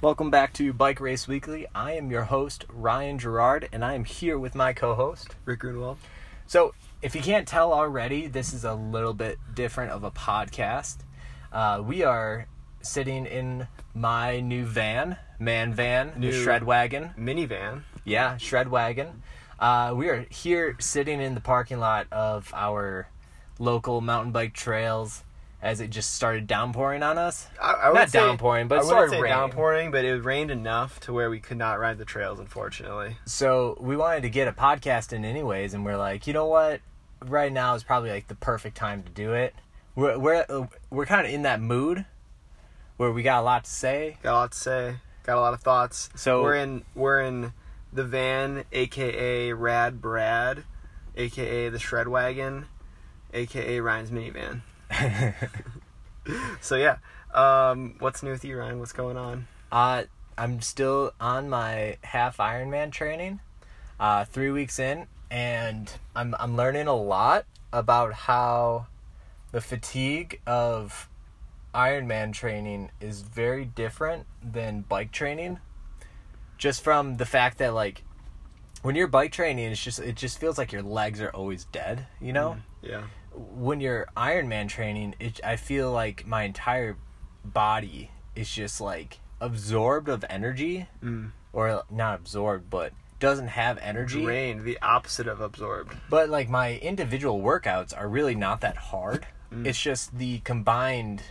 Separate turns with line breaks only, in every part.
Welcome back to Bike Race Weekly. I am your host, Ryan Gerard, and I am here with my co host,
Rick Grunwald.
So, if you can't tell already, this is a little bit different of a podcast. Uh, we are sitting in my new van, man van, the
New-
shred wagon.
Minivan.
Yeah, shred wagon. Uh, we are here sitting in the parking lot of our local mountain bike trails as it just started downpouring on us.
I, I would
Not
say,
downpouring, but it
I wouldn't
started
say
raining.
downpouring, but it rained enough to where we could not ride the trails, unfortunately.
So we wanted to get a podcast in anyways, and we're like, you know what? Right now is probably like the perfect time to do it. We're we're uh, we're kind of in that mood where we got a lot to say.
Got a lot to say. Got a lot of thoughts.
So-
we're in we're in the van, aka Rad Brad, aka the Shred Wagon, aka Ryan's minivan. so yeah, um, what's new with you, Ryan? What's going on?
Uh, I'm still on my half Ironman training, uh, three weeks in, and I'm I'm learning a lot about how the fatigue of Ironman training is very different than bike training. Just from the fact that like when you're bike training, it's just it just feels like your legs are always dead. You know
Yeah,
when you're Ironman training, it, I feel like my entire body is just like absorbed of energy,
Mm.
or not absorbed, but doesn't have energy.
drained. The opposite of absorbed.
But like my individual workouts are really not that hard.
Mm.
It's just the combined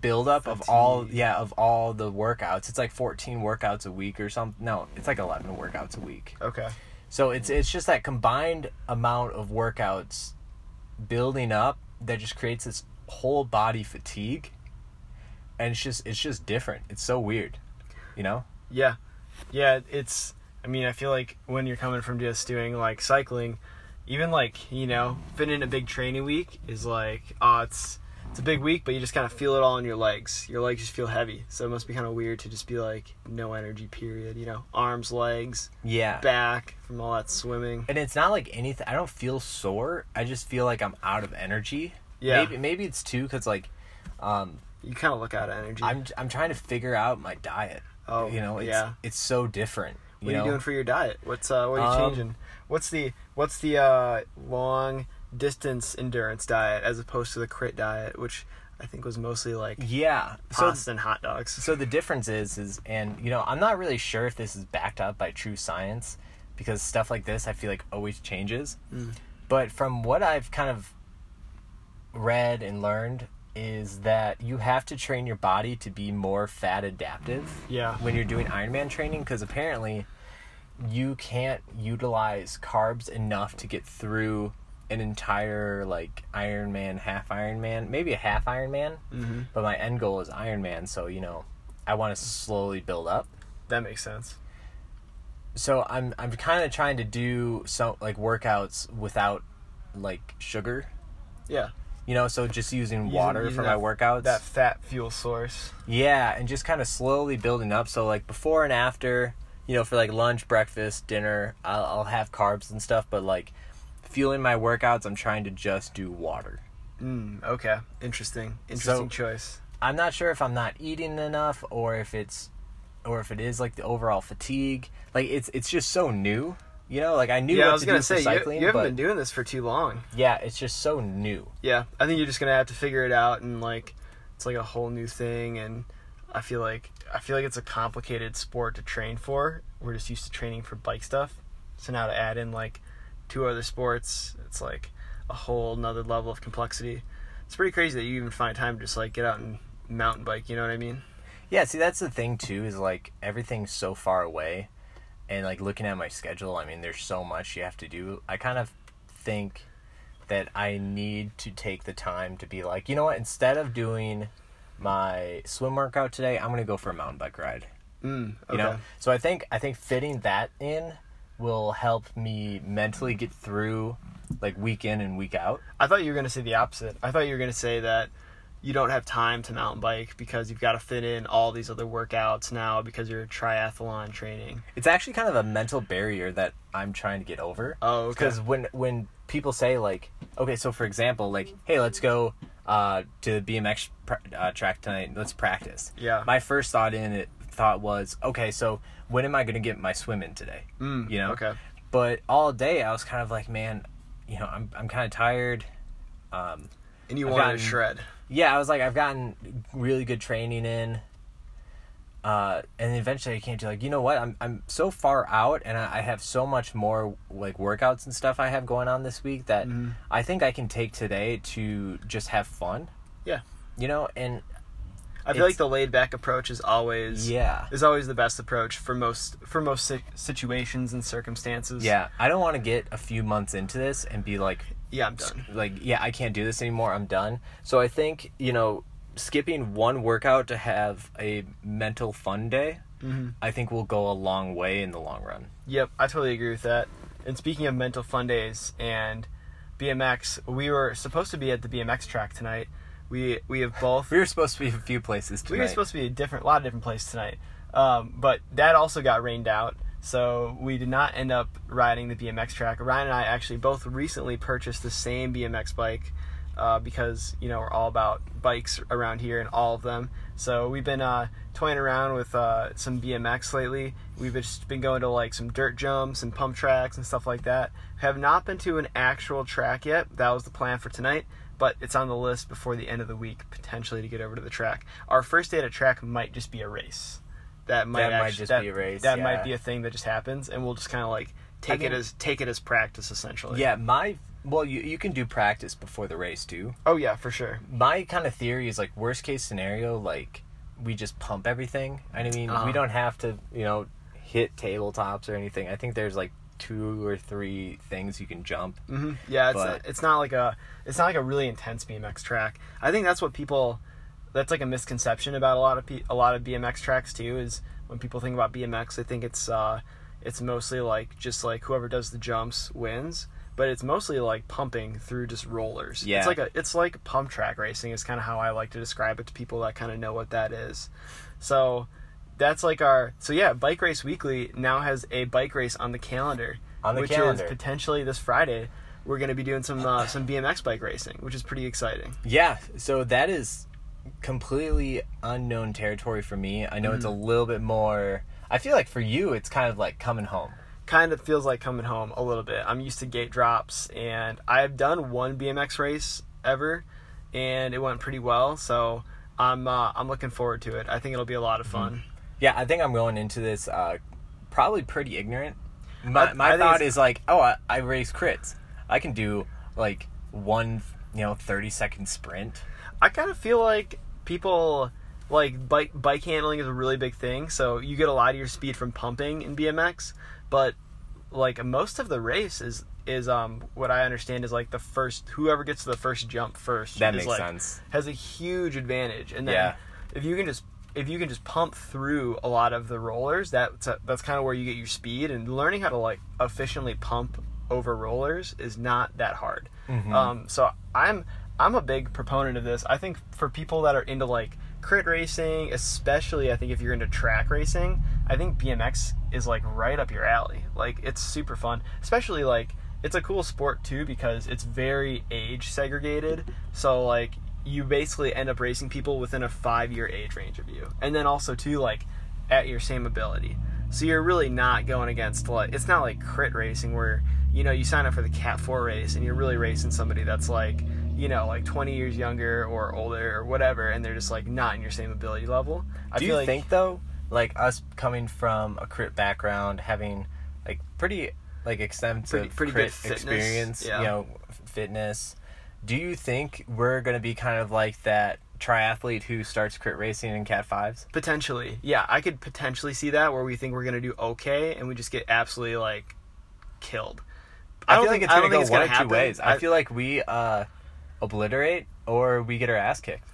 buildup of all
Fatigue.
yeah of all the workouts. It's like 14 workouts a week or something. No, it's like 11 workouts a week.
Okay.
So it's it's just that combined amount of workouts building up that just creates this whole body fatigue. And it's just it's just different. It's so weird. You know?
Yeah. Yeah, it's I mean, I feel like when you're coming from just doing like cycling, even like, you know, fitting in a big training week is like, oh, it's it's a big week, but you just kind of feel it all in your legs. Your legs just feel heavy. So it must be kind of weird to just be like no energy period, you know, arms, legs,
Yeah.
back from all that swimming.
And it's not like anything I don't feel sore. I just feel like I'm out of energy.
Yeah.
Maybe maybe it's too cuz like um
You kind of look out of energy.
I'm I'm trying to figure out my diet.
Oh,
you know, it's
yeah.
it's so different. You
What are
know?
you doing for your diet? What's uh what are you
Um,
changing? What's the what's the uh long distance endurance diet as opposed to the crit diet, which I think was mostly like
yeah. So
pasta and hot dogs.
so the difference is is and you know i'm not really sure if this is backed up by true science because stuff like this i feel like always changes but from what i've kind of read and learned is that you have to train your body to be more fat adaptive
Yeah.
when you're doing ironman training because apparently you can't utilize carbs enough to get through an entire like Iron Man, half Iron Man, maybe a half Iron Man.
Mm-hmm.
But my end goal is Iron Man, so you know, I want to slowly build up.
That makes sense.
So I'm I'm kind of trying to do some like workouts without like sugar,
Yeah.
you know. So just using water
Using-
for
using
my
that-
workouts.
That fat fuel source.
Yeah, and just kind of slowly building up. So like before and after, you know, for like lunch, breakfast, dinner, I'll, I'll have carbs and stuff. But like fueling my workouts, I'm trying to just do water.
Mm, okay. Interesting. Interesting choice.
I'm not sure if I'm not eating enough or if it's, or if it is like the overall fatigue. Like it's it's just so new, you know. Like I knew
Yeah,
what
I was
to
gonna
do
say
for
you,
cycling,
you haven't
but
been doing this for too long.
yeah, it's just so new.
yeah i think you're just gonna have to figure it out and like it's like a whole new thing and i feel like i feel like it's a complicated sport to train for we're just used to training for bike stuff so now to add in like two other sports it's like a whole nother level of complexity it's pretty crazy that you even find time to just like get out and mountain bike you know what i mean
Yeah, see, that's the thing too is like everything's so far away, and like looking at my schedule, I mean, there's so much you have to do. I kind of think that I need to take the time to be like, you know what? Instead of doing my swim workout today, I'm gonna go for a mountain bike ride.
mm, okay.
You know, so I think I think fitting that in will help me mentally get through like week in and week out.
I thought you were going to say the opposite. I thought you were going to say that you don't have time to mountain bike because you've got to fit in all these other workouts now because you're triathlon training.
It's actually kind of a mental barrier that I'm trying to get over.
Oh, okay.
Because when when people say like, okay, so for example, like, hey, let's go uh, to the BMX pr- uh, track tonight. Let's practice.
Yeah.
My first thought in it, thought was, okay, so when am I going to get my swim in today?
Mm,
you know?
Okay.
But all day I was kind of like, man, you know, I'm I'm kind of tired. Um,
And you
I've
wanted to
gotten-
shred.
yeah, I was like, I've gotten really good training in. Uh, and eventually I came to like, you know what? I'm I'm so far out, and I, I have so much more like workouts and stuff I have going on this week that I think I can take today to just have fun.
Yeah.
You know, and
I feel like
It's-
the laid back approach is always
Yeah.
is always the best approach for most for most si- situations and circumstances.
yeah, I don't want to get a few months into this and be like,
Yeah, I'm done.
like yeah i can't do this anymore i'm done so i think you know skipping one workout to have a mental fun day
Mm-hmm.
i think will go a long way in the long run
Yep, I totally agree with that. And speaking of mental fun days and BMX, we were supposed to be at the BMX track tonight. We we have both
we were supposed to be a few places tonight.
we were supposed to be a different, lot of different places tonight. Um, but that also got rained out, so we did not end up riding the BMX track. Ryan and I actually both recently purchased the same BMX bike uh, because you know we're all about bikes around here and all of them. So we've been uh, toying around with uh, some BMX lately. We've just been going to like some dirt jumps and pump tracks and stuff like that. Have not been to an actual track yet. That was the plan for tonight but it's on the list before the end of the week potentially to get over to the track. Our first day at a track might just be a race. That might,
That might
actu-
just
that-
be a race,
That
yeah.
might be a thing that just happens, and we'll just kind of like take
think-
it as take it as practice essentially.
yeah my well you, you can do practice before the race too
Oh yeah, for sure.
my kind of theory is like worst case scenario like we just pump everything i mean
Uh-huh.
we don't have to you know hit tabletops or anything i think there's like two or three things you can jump
hmm Yeah, it's
But-
it's not like a it's not like a really intense BMX track. I think that's what people that's like a misconception about a lot of pe- a lot of BMX tracks too is when people think about BMX, they think it's uh it's mostly like just like whoever does the jumps wins, but it's mostly like pumping through just rollers.
Yeah.
It's like a it's like pump track racing is kind of how I like to describe it to people that kind of know what that is. So that's like our so yeah, Bike Race Weekly now has a bike race on the calendar
On the
which
calendar.
is potentially this Friday. We're going to be doing some uh, some BMX bike racing, which is pretty exciting.
Yeah, so that is completely unknown territory for me. I know it's a
Mm-hmm.
little bit more. I feel like for you, it's kind of like coming home.
Kind of feels like coming home a little bit. I'm used to gate drops, and I've done one BMX race ever, and it went pretty well. So I'm uh, I'm looking forward to it. I think it'll be a lot of fun.
Yeah, I think I'm going into this uh, probably pretty ignorant. My,
I- I
my
think
thought
it's-
is like, oh, I, I race crits. I can do like one, you know, 30 second sprint.
I kind of feel like people like bike bike handling is a really big thing, so you get a lot of your speed from pumping in BMX, but like most of the race is is um what I understand is like the first whoever gets to the first jump first
That
is,
makes
like,
sense.
has a huge advantage and then
Yeah.
if you can just if you can just pump through a lot of the rollers that's that's kind of where you get your speed and learning how to like efficiently pump over rollers is not that hard um, so i'm i'm a big proponent of this i think for people that are into like crit racing especially i think if you're into track racing i think bmx is like right up your alley like it's super fun especially like it's a cool sport too because it's very age segregated. So like you basically end up racing people within a five year age range of you, and then also too like at your same ability. So you're really not going against like it's not like crit racing where you know you sign up for the Cat Four race and you're really racing somebody that's like you know like 20 years younger or older or whatever, and they're just like not in your same ability level. I
Do
feel
you
like,
think though, like us coming from a crit background, having like pretty like extensive
Pretty- pretty
crit
good fitness,
experience,
yeah.
you know, f- fitness. Do you think we're gonna be kind of like that triathlete who starts crit racing in Cat Fives?
Potentially, yeah, I could potentially see that where we think we're gonna do okay and we just get absolutely like killed.
I, feel like it's
I
gonna
don't
go
think it's
one
gonna
or two
happen.
ways. I,
I-
feel like we uh, obliterate or we get our ass kicked.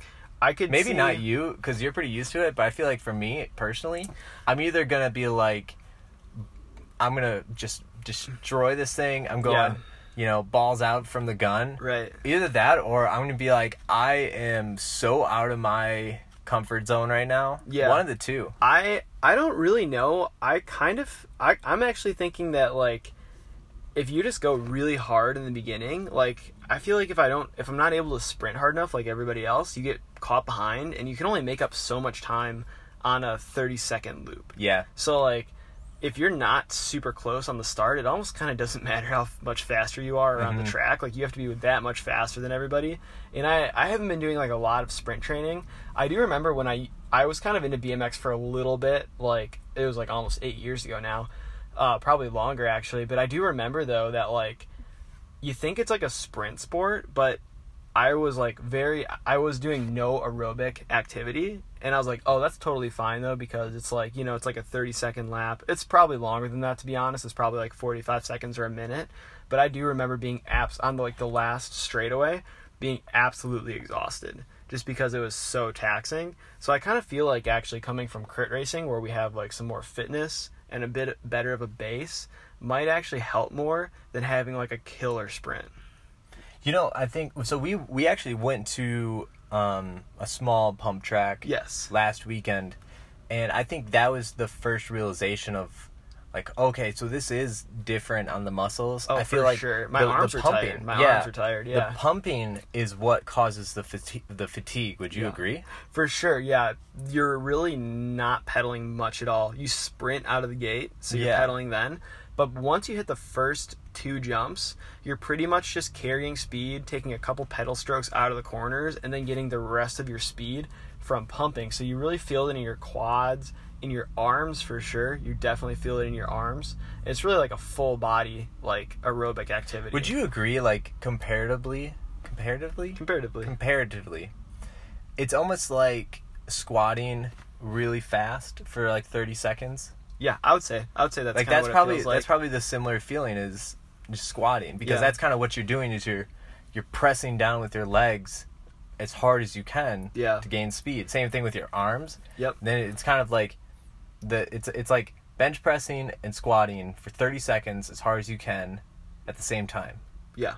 I could
Maybe
see-
not you because you're pretty used to it, but I feel like for me personally, I'm either gonna be like, I'm gonna just destroy this thing. I'm going,
Yeah.
you know, balls out from the gun.
Right.
Either that, or I'm gonna be like, I am so out of my comfort zone right now.
Yeah.
One of the two.
I I don't really know. I kind of I I'm actually thinking that like if you just go really hard in the beginning, like I feel like if I don't if I'm not able to sprint hard enough like everybody else, you get caught behind and you can only make up so much time on a 30 second loop.
Yeah.
So like if you're not super close on the start, it almost kind of doesn't matter how f- much faster you are around the track. Like you have to be that much faster than everybody. And I I haven't been doing like a lot of sprint training. I do remember when I I was kind of into BMX for a little bit. Like it was like almost 8 years ago now. Uh probably longer actually, but I do remember though that like you think it's like a sprint sport, but I was like very I was doing no aerobic activity and I was like, "Oh, that's totally fine though because it's like, you know, it's like a 30 second lap. It's probably longer than that to be honest. It's probably like 45 seconds or a minute." But I do remember being abs on the, like the last straightaway being absolutely exhausted just because it was so taxing. So I kind of feel like actually coming from crit racing where we have like some more fitness and a bit better of a base might actually help more than having like a killer sprint.
You know, I think so. We we actually went to um, a small pump track.
Yes.
Last weekend, and I think that was the first realization of, like, okay, so this is different on the muscles.
Oh,
I feel
for
like
sure. My arms are tired. My arms are tired, yeah.
the pumping is what causes the fatigue. The fatigue. Would you
Yeah.
agree?
For sure, yeah. You're really not pedaling much at all. You sprint out of the gate, so you're
Yeah.
pedaling then. But once you hit the first two jumps, you're pretty much just carrying speed, taking a couple pedal strokes out of the corners, and then getting the rest of your speed from pumping. So you really feel it in your quads, in your arms for sure. You definitely feel it in your arms. It's really like a full body like aerobic activity.
Would you agree? Like comparatively, comparatively,
comparatively?
comparatively, it's almost like squatting really fast for like thirty seconds.
Yeah, I would say. I would say that's
like
kinda
that's
what it
probably
feels like.
that's probably the similar feeling is just squatting because
Yeah.
that's kind of what you're doing is you're you're pressing down with your legs as hard as you can
Yeah.
to gain speed. Same thing with your arms.
Yep.
Then it's kind of like the it's it's like bench pressing and squatting for 30 seconds as hard as you can at the same time.
Yeah.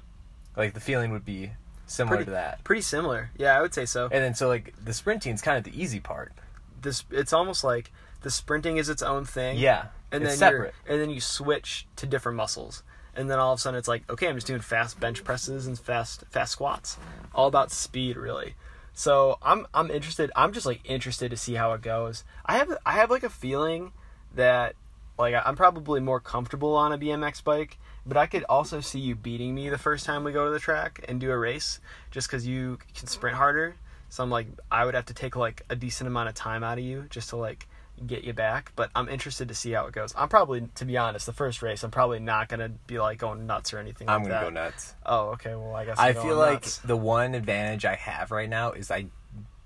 Like the feeling would be similar
Pretty
to that.
Pretty similar. Yeah, I would say so.
And then so like the sprinting's kind of the easy part.
this it's almost like the sprinting is its own thing.
Yeah.
And
it's
then
separate.
You're, and then you switch to different muscles. And then all of a sudden it's like, okay, I'm just doing fast bench presses and fast fast squats. All about speed really. So I'm I'm interested I'm just like interested to see how it goes. I have I have like a feeling that like I'm probably more comfortable on a BMX bike, but I could also see you beating me the first time we go to the track and do a race just cuz you can sprint harder. So I'm like I would have to take like a decent amount of time out of you just to like get you back, but I'm interested to see how it goes. I'm probably to be honest, the first race I'm probably not going to be like going nuts or anything
I'm
like
going to
that.
go nuts.
Oh, okay. Well, I guess
I
I'm
feel
going
like
nuts.
the one advantage I have right now is I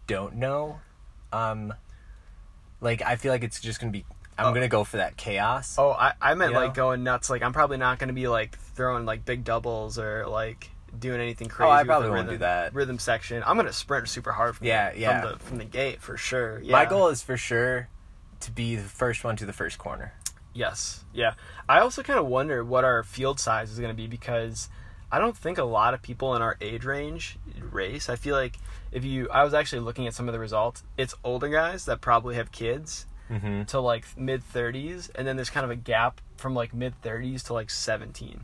don't know. Um, like I feel like it's just gonna be. I'm
Oh.
gonna go for that chaos.
Oh, I, I meant
You
like
know?
going nuts. Like I'm probably not going to be like throwing like big doubles or like doing anything crazy.
Oh, I
with the
probably won't
rhythm-
do that.
Rhythm section. I'm going to sprint super hard. From
Yeah,
the,
yeah.
From the, from the gate for sure. Yeah.
My goal is for sure to be the first one to the first corner.
Yes. Yeah. I also kind of wonder what our field size is going to be because I don't think a lot of people in our age range race. I feel like if you, I was actually looking at some of the results. It's older guys that probably have kids
Mm-hmm.
to like mid 30s, and then there's kind of a gap from like mid 30s to like 17.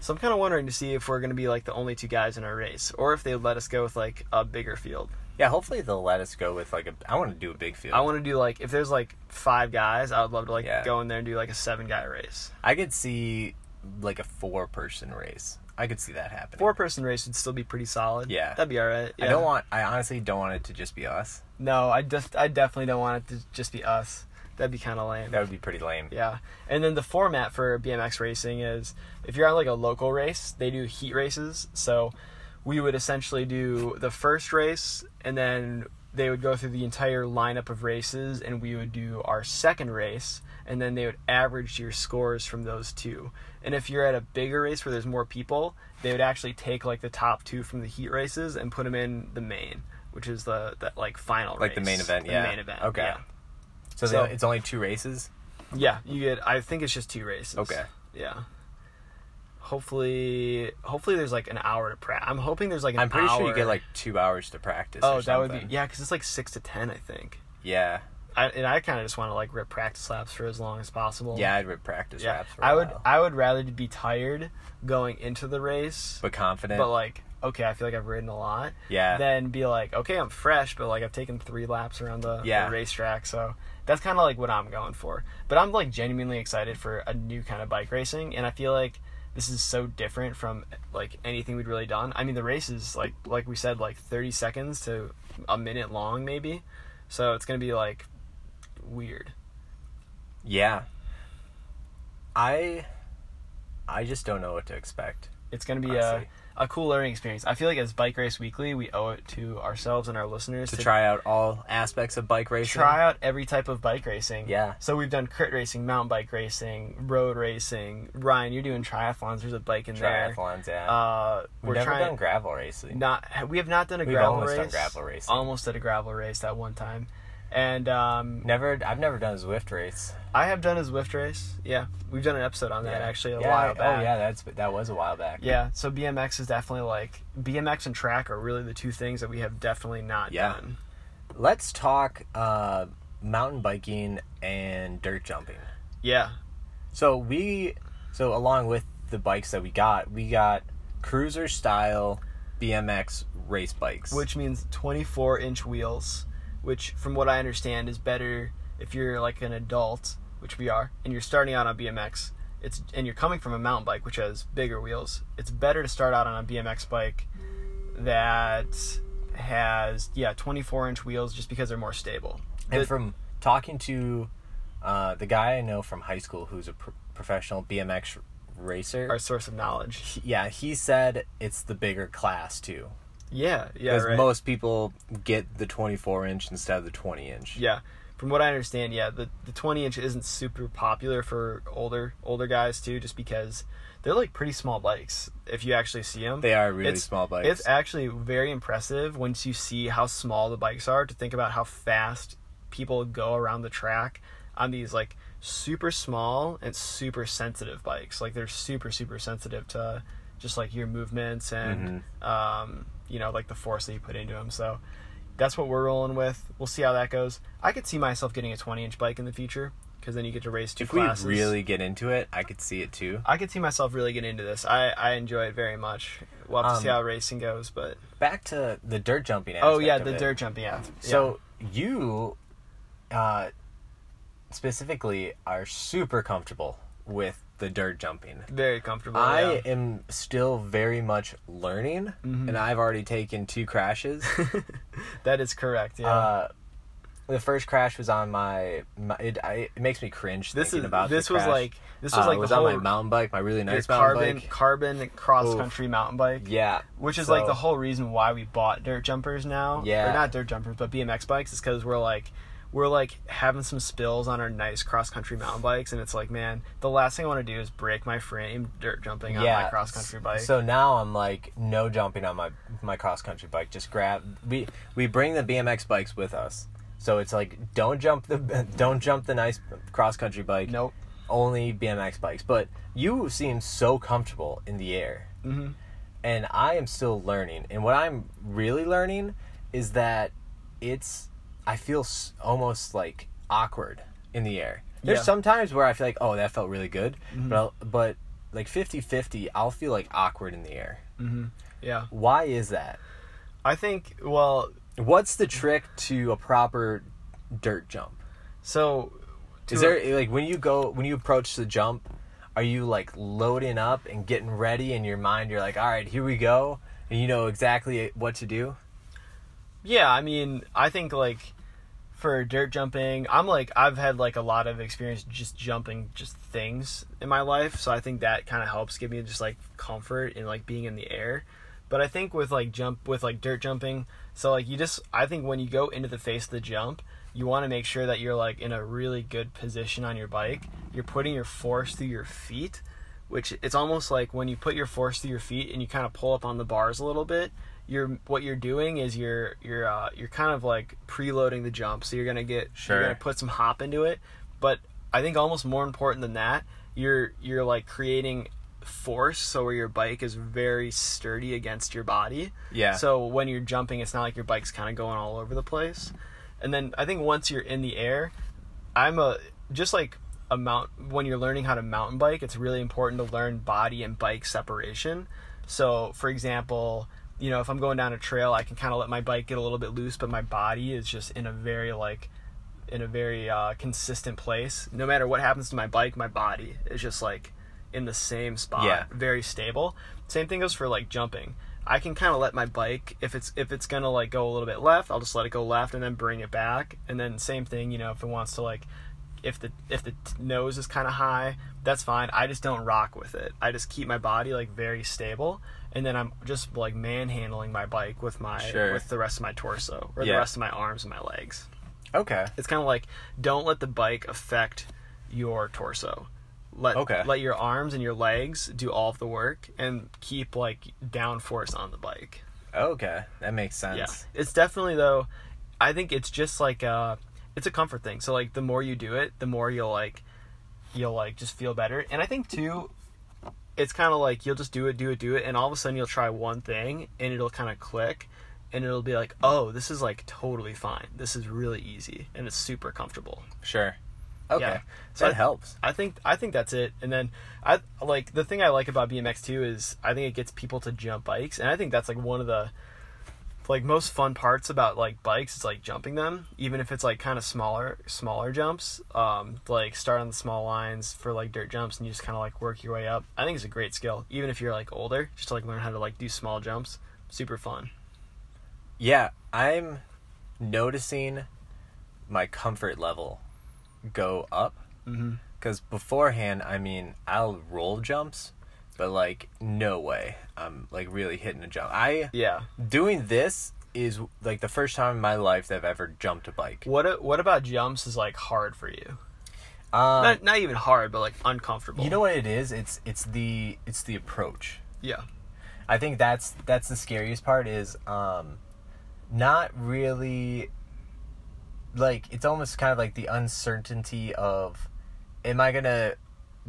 So I'm kind of wondering to see if we're going to be like the only two guys in our race, or if they let us go with like a bigger field.
Yeah, hopefully they'll let us go with like a. I want to do a big field.
I want to do like if there's like five guys, I would love to like
Yeah.
go in there and do like a seven guy race.
I could see like a four person race. I could see that happening.
four person race would still be pretty solid.
Yeah.
that'd be all right.
I
yeah.
don't want. I honestly don't want it to just be us.
No, I just I definitely don't want it to just be us. That'd be kind of lame.
That would be pretty lame.
Yeah, and then the format for BMX racing is if you're on like a local race, they do heat races. So we would essentially do the first race, and then they would go through the entire lineup of races, and we would do our second race, and then they would average your scores from those two. And if you're at a bigger race where there's more people, they would actually take like the top two from the heat races and put them in the main, which is the, the like final
Like the
race,
main event,
the
yeah.
main event.
Okay.
yeah.
So, they-
So-
it's only two races.
Yeah, you get. I think it's just two races.
Okay.
Yeah. Hopefully, hopefully there's like an hour to practice. I'm hoping there's like an.
I'm pretty sure you
hour-
get like two hours to practice.
Oh,
or
that would be
something.
yeah, because it's like six to ten, I think.
Yeah.
I, and I kind of just want to like rip practice laps for as long as possible.
Yeah, I'd rip practice
yeah.
raps for a
I would.
while.
I would rather be tired going into the race,
but confident.
but like okay, I feel like I've ridden a lot.
Yeah.
Then be like, okay, I'm fresh, but like I've taken three laps around the, the
Yeah.
racetrack, so that's kind of like what I'm going for. But I'm like genuinely excited for a new kind of bike racing, and I feel like this is so different from like anything we'd really done. I mean, the race is like like we said, like 30 seconds to a minute long, maybe. So it's gonna be like weird.
Yeah. I I just don't know what to expect.
It's gonna be
I
a
see.
a cool learning experience. I feel like as Bike Race Weekly, we owe it to ourselves and our listeners
To try out all aspects of bike racing.
try out every type of bike racing.
Yeah.
So we've done crit racing, mountain bike racing, road racing. Ryan, you're doing triathlons. There's a bike in
triathlons,
there.
yeah.
Uh,
We've
we're
never
trying
done gravel racing.
not. We have not done a
We've
gravel
almost
race.
done gravel racing.
Almost did a gravel race that one time, and um,
Never I've never done a Zwift race.
I have done a Zwift race. Yeah, we've done an episode on that actually a
yeah,
while back.
Oh yeah, that's that was a while back.
Yeah, so BMX is definitely like BMX and track are really the two things that we have definitely not
Yeah.
done.
Let's talk uh mountain biking and dirt jumping.
Yeah,
So we so along with the bikes that we got, we got cruiser style BMX race bikes.
which means 24 inch wheels, which, from what I understand, is better if you're like an adult, which we are, and you're starting out on BMX. It's and you're coming from a mountain bike, which has bigger wheels. It's better to start out on a BMX bike that has yeah 24 inch wheels, just because they're more stable.
And
The-
from talking to uh, the guy I know from high school who's a pro- professional BMX racer,
our source of knowledge.
he- yeah, he said it's the bigger class too.
Yeah, yeah,
Because
right.
most people get the 24 inch instead of the 20 inch.
Yeah. From what I understand, yeah, the, the 20 inch isn't super popular for older older guys too, just because they're like pretty small bikes. If you actually see them,
They are really small bikes.
It's actually very impressive once you see how small the bikes are. To think about how fast people go around the track on these like super small and super sensitive bikes. Like they're super super sensitive to just like your movements and
Mm-hmm.
um, you know like the force that you put into them. So that's what we're rolling with. We'll see how that goes. I could see myself getting a 20 inch bike in the future because then you get to race two
if
classes.
we really get into it, I could see it too.
I could see myself really getting into this. I, I enjoy it very much. We'll have to see
Um,
how racing goes, but
Back to the dirt jumping.
oh
aspect
yeah,
of
the
it.
dirt jumping. Yeah.
So you, uh, specifically, are super comfortable with the dirt jumping.
Yeah, very comfortable.
I
Oh, yeah. Mm-hmm.
am still very much learning, and I've already taken two crashes.
that is correct. Yeah.
uh, the first crash was on my, my it, I, it makes me cringe
this
thinking
is
about the
this was
crash.
like this
Uh,
was like
it
the
was
whole
on my mountain bike, my really
your
nice mountain
carbon
bike.
carbon cross country mountain bike.
Yeah,
Which is
so-
like the whole reason why we bought dirt jumpers now.
Yeah.
Or not dirt jumpers, but BMX bikes is because we're like we're like having some spills on our nice cross country mountain bikes, and it's like, man, the last thing I want to do is break my frame dirt jumping on my cross country bike.
So now I'm like no jumping on my my cross country bike. Just grab we we bring the BMX bikes with us. So it's like don't jump the don't jump the nice cross country bike.
nope.
Only BMX bikes. But you seem so comfortable in the air. Mm-hmm. And I am still learning. And what I'm really learning is that it's I feel s- almost like awkward in the air. There's
Yeah.
some times where I feel like, oh, that felt really good, but I'll, but like 50-50, I'll feel like awkward in the air.
Yeah.
Why is that?
I think well,
What's the trick to a proper dirt jump?
so
Is
to-
there like when you go when you approach the jump, are you like loading up and getting ready in your mind? You're like, all right, here we go, and you know exactly what to do.
Yeah, I mean, I think like for dirt jumping, I'm like I've had like a lot of experience just jumping just things in my life, so I think that kind of helps give me just like comfort in like being in the air. But I think with like jump with like dirt jumping, so like you just I think when you go into the face of the jump, you want to make sure that you're like in a really good position on your bike. You're putting your force through your feet which it's almost like when you put your force through your feet and you kind of pull up on the bars a little bit you're what you're doing is you're you're uh, you're kind of like preloading the jump so you're gonna get
Sure.
you're gonna put some hop into it but i think almost more important than that you're you're like creating force so where your bike is very sturdy against your body
Yeah.
so when you're jumping it's not like your bike's kind of going all over the place and then i think once you're in the air I'm a just like a mount when you're learning how to mountain bike, it's really important to learn body and bike separation. So, for example, you know, if I'm going down a trail, I can kind of let my bike get a little bit loose, but my body is just in a very like in a very uh, consistent place. No matter what happens to my bike, my body is just like in the same spot,
Yeah.
very stable. Same thing goes for like jumping. I can kind of let my bike if it's if it's gonna like go a little bit left, I'll just let it go left and then bring it back. And then same thing, you know, if it wants to like if the if the t- nose is kind of high, that's fine. I just don't rock with it. I just keep my body like very stable, and then I'm just like manhandling my bike with my
Sure.
with the rest of my torso or
Yeah.
the rest of my arms and my legs.
Okay.
It's kind of like don't let the bike affect your torso. Let
Okay.
let your arms and your legs do all of the work and keep like downforce on the bike.
Okay. That makes sense.
Yeah. It's definitely though I think it's just like uh it's a comfort thing. So like the more you do it, the more you'll like you'll like just feel better. And I think too it's kind of like you'll just do it, do it, do it and all of a sudden you'll try one thing and it'll kind of click and it'll be like, "Oh, this is like totally fine. This is really easy and it's super comfortable."
Sure. Okay.
Yeah.
So
So
that
I-
helps.
I think I think that's it. And then I like the thing I like about BMX too is I think it gets people to jump bikes, and I think that's like one of the like most fun parts about like bikes is like jumping them, even if it's like kind of smaller smaller jumps. Um, like start on the small lines for like dirt jumps, and you just kind of like work your way up. I think it's a great skill, even if you're like older, just to like learn how to like do small jumps. Super fun.
Yeah, I'm noticing my comfort level go up.
Mhm.
Because beforehand, I mean, I'll roll jumps, but like, no way. I'm like really hitting a jump. I
Yeah.
doing this is like the first time in my life that I've ever jumped a bike.
What a- What about jumps is like hard for you?
Um,
Not not even hard, but like uncomfortable.
you know what it is? It's it's the it's the approach.
Yeah.
I think that's that's the scariest part is um not really like it's almost kind of like the uncertainty of am I going to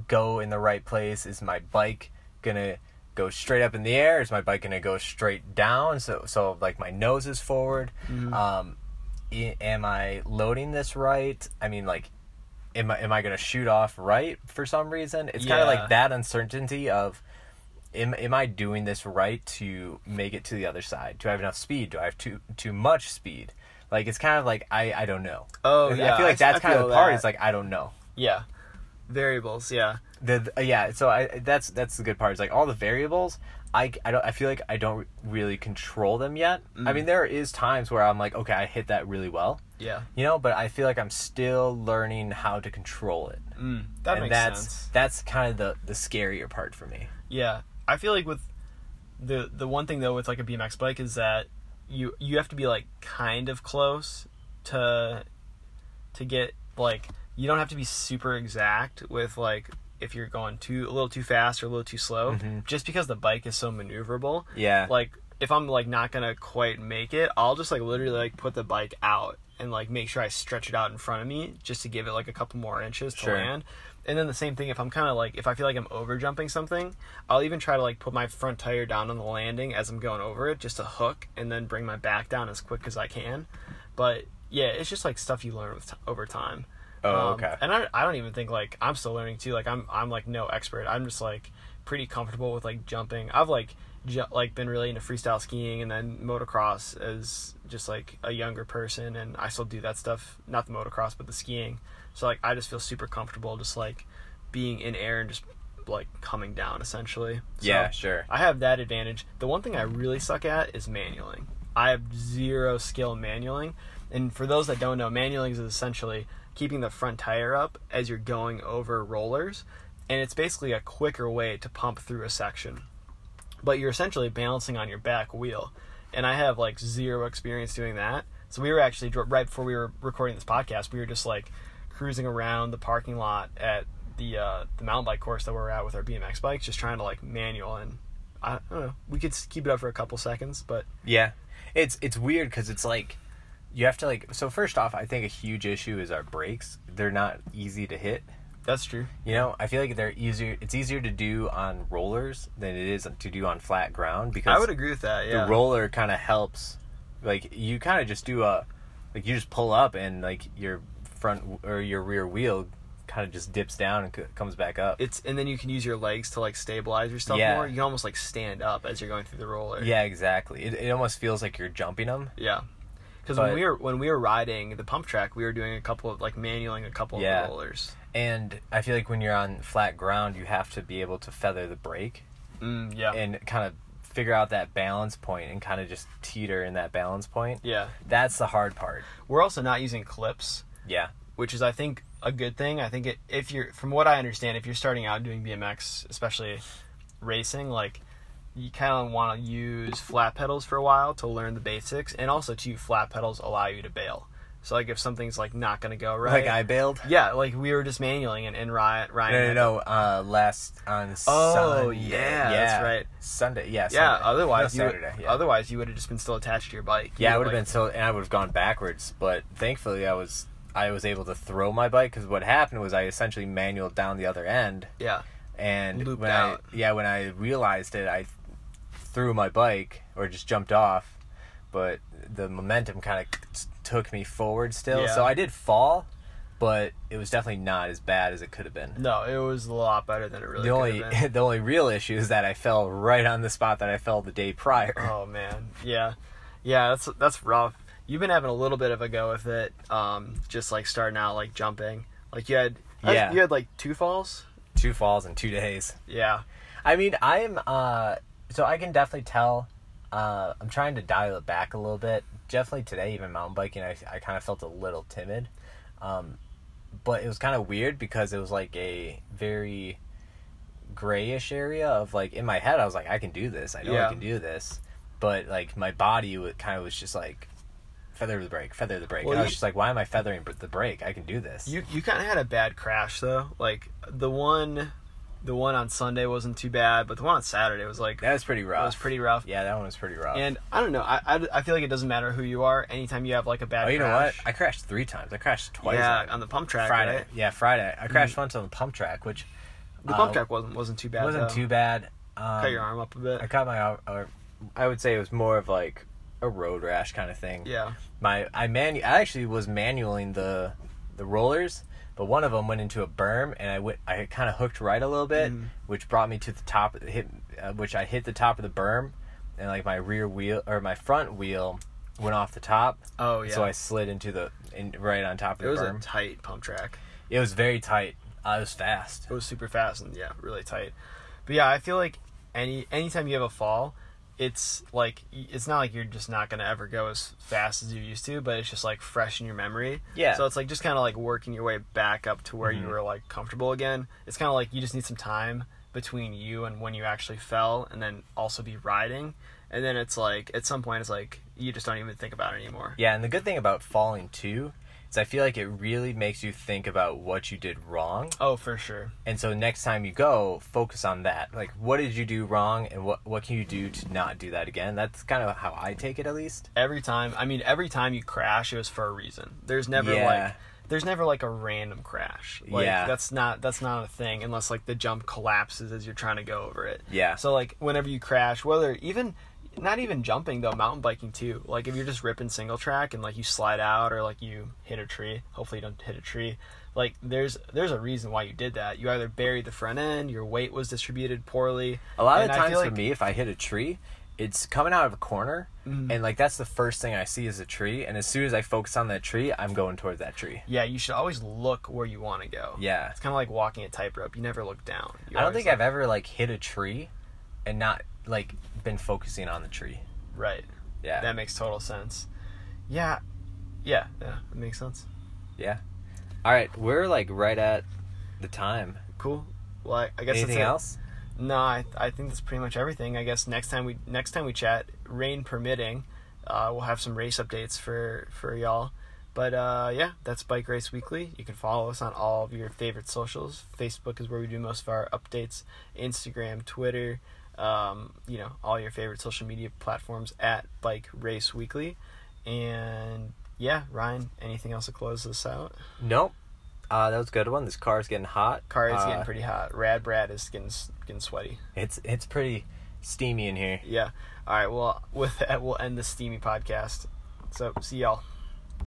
go in the right place is my bike going to go straight up in the air is my bike going to go straight down so so like my nose is forward um i- am I loading this right I mean like am I am I going to shoot off right for some reason it's kind of
Yeah.
like that uncertainty of am, am I doing this right to make it to the other side? Do I have enough speed? Do I have too too much speed? Like it's kind of like I I don't know.
Oh,
I
yeah,
feel
I
like
s-
that's
I
kind of
feel
the part.
that.
It's like I don't know.
Yeah. Variables, yeah.
The, the- uh, yeah, so I that's that's the good part. It's like all the variables. I, I don't I feel like I don't really control them yet.
Mm.
I mean, there is times where I'm like, okay, I hit that really well,
Yeah.
you know, but I feel like I'm still learning how to control it.
Mm, that
and
makes
that's
sense.
that's kind of the the scarier part for me.
Yeah. I feel like with the the one thing though with like a BMX bike is that you you have to be like kind of close to to get like you don't have to be super exact with like if you're going too a little too fast or a little too slow just because the bike is so maneuverable
Mm-hmm. Yeah.
like if I'm like not gonna quite make it, I'll just like literally like put the bike out and like make sure I stretch it out in front of me just to give it like a couple more inches to
Sure.
land. And then the same thing if I'm kind of like if I feel like I'm over jumping something, I'll even try to like put my front tire down on the landing as I'm going over it just to hook and then bring my back down as quick as I can. But yeah, it's just like stuff you learn with t- over time.
Oh,
Um,
okay.
And I, I don't even think like I'm still learning too. Like I'm I'm like no expert. I'm just like pretty comfortable with like jumping. I've like ju- like been really into freestyle skiing and then motocross as just like a younger person, and I still do that stuff. Not the motocross, but the skiing. So like I just feel super comfortable just like being in air and just like coming down essentially. So,
yeah, sure.
I have that advantage. The one thing I really suck at is manualing. I have zero skill in manualing. And for those that don't know, manualing is essentially keeping the front tire up as you're going over rollers. And it's basically a quicker way to pump through a section. But you're essentially balancing on your back wheel. And I have like zero experience doing that. So we were actually, dr- right before we were recording this podcast, we were just like cruising around the parking lot at the uh, the mountain bike course that we're at with our BMX bikes, just trying to like manual and I don't know. We could s- keep it up for a couple seconds, but
Yeah, it's it's weird because it's like you have to like. So first off, I think a huge issue is our brakes. They're not easy to hit.
that's true.
You know, I feel like they're easier. It's easier to do on rollers than it is to do on flat ground because
I would agree with that.
the
Yeah.
roller kind of helps. Like you kind of just do a, like you just pull up and like your front w- or your rear wheel kind of just dips down and c- comes back up.
It's and then you can use your legs to like stabilize yourself
Yeah.
more. You can almost like stand up as you're going through the roller.
yeah, exactly. It, it almost feels like you're jumping them.
Yeah. Because when
But-
we were when we were riding the pump track, we were doing a couple of like manualing a couple
Yeah.
of the rollers.
And I feel like when you're on flat ground, you have to be able to feather the brake
Mm, yeah.
and kind of figure out that balance point and kind of just teeter in that balance point.
yeah.
That's the hard part.
We're also not using clips,
Yeah.
which is I think a good thing. I think it, if you're from what I understand, if you're starting out doing BMX, especially racing, like you kind of want to use flat pedals for a while to learn the basics, and also too flat pedals allow you to bail. So like if something's like not gonna go right,
Like I bailed.
yeah, like we were just manualing and, and Ryan, Ryan
No, no,
had-
no. Uh, last on
Oh,
Sunday.
yeah, that's right.
Sunday. Yeah.
yeah.
Sunday.
Otherwise,
No,
you,
Saturday. Yeah.
otherwise you would have just been still attached to your bike.
yeah, I
You
would have
like-
been so, and I would have gone backwards. But thankfully, I was I was able to throw my bike because what happened was I essentially manual down the other end,
Yeah,
and
Looped
when
out.
I yeah when I realized it, I threw my bike or just jumped off, but the momentum kind of took me forward still.
Yeah.
So I did fall, but it was definitely not as bad as it could have been.
no, it was a lot better than it really.
the only
could have been.
the only real issue is that I fell right on the spot that I fell the day prior.
Oh man, yeah, yeah. That's that's rough. You've been having a little bit of a go with it, um, just like starting out like jumping. Like you had, I-
Yeah.
you had like two falls.
Two falls in two days.
Yeah,
I mean, I'm uh so I can definitely tell uh I'm trying to dial it back a little bit. Definitely today even mountain biking I I kind of felt a little timid. Um but it was kind of weird because it was like a very grayish area of like in my head I was like I can do this. I know
Yeah.
I can do this. But like my body wa- kind of was just like feather the brake, feather the brake.
Well,
and I was
you-
just like why am I feathering br- the brake? I can do this.
you you kind of had a bad crash though. Like the one, the one on Sunday wasn't too bad, but the one on Saturday was like
that was pretty rough.
it was pretty rough.
Yeah, that one was pretty rough.
And I don't know. I, I, I feel like it doesn't matter who you are. Anytime you have like a bad
oh, you
crash,
know what? I crashed three times. I crashed twice.
yeah, on the pump track,
Friday.
right? Mm-hmm.
Yeah, Friday. I crashed once on the pump track, which
The
Uh,
pump track wasn't wasn't too bad.
wasn't
though.
too bad. Um,
Cut your arm up a bit.
I cut my arm. Or I would say it was more of like a road rash kind of thing.
yeah.
My I man I actually was manualing the the rollers, but one of them went into a berm and I went I kind of hooked right a little bit,
Mhm.
which brought me to the top of the hit, uh, which I hit the top of the berm, and like my rear wheel or my front wheel went off the top.
Oh yeah.
So I slid into the in, right on top of
it
the
was
berm.
a tight pump track.
it was very tight. I was fast.
It was super fast and yeah, really tight. But yeah, I feel like any anytime you have a fall, it's like y- it's not like you're just not gonna ever go as fast as you used to, but it's just like fresh in your memory.
Yeah.
So it's like just kind of like working your way back up to where you were like comfortable again. It's kind of like you just need some time between you and when you actually fell, and then also be riding. And then it's like at some point it's like you just don't even think about it anymore.
Yeah, and the good thing about falling too is I feel like it really makes you think about what you did wrong.
Oh, for sure.
And so next time you go, focus on that. Like what did you do wrong and what what can you do to not do that again? That's kind of how I take it at least.
every time i mean every time you crash it was for a reason there's never
Yeah.
like there's never like a random crash like
Yeah.
that's not that's not a thing unless like the jump collapses as you're trying to go over it
Yeah.
so like whenever you crash whether even not even jumping though mountain biking too like if you're just ripping single track and like you slide out or like you hit a tree hopefully you don't hit a tree like there's there's a reason why you did that you either buried the front end your weight was distributed poorly
A lot
And
of
I
times
feel
for me, if I hit a tree, it's coming out of a corner, and like that's the first thing I see is a tree. And as soon as I focus on that tree, I'm going towards that tree.
Yeah, you should always look where you want to go.
Yeah.
It's kind of like walking a tightrope. You never look down. You
I don't
always
think
look-
I've ever like hit a tree, and not like been focusing on the tree.
Right.
Yeah,
That makes total sense. Yeah. Yeah. Yeah. That makes sense.
yeah. All right, we're like right at the time.
Cool. Well, I, I guess
Anything
that's it.
else?
No, I, I think that's pretty much everything. I guess next time we next time we chat, rain permitting, uh, we'll have some race updates for for y'all. But uh, yeah, that's Bike Race Weekly. You can follow us on all of your favorite socials. Facebook is where we do most of our updates. Instagram, Twitter, um, you know, all your favorite social media platforms at Bike Race Weekly. And yeah, Ryan, anything else to close this out?
Nope. Uh, that was a good one. This car's getting hot.
Car is
Uh,
getting pretty hot. Rad Brad is getting s- getting sweaty.
It's it's pretty steamy in here.
Yeah. All right. Well, with that, we'll end the steamy podcast. So, see y'all.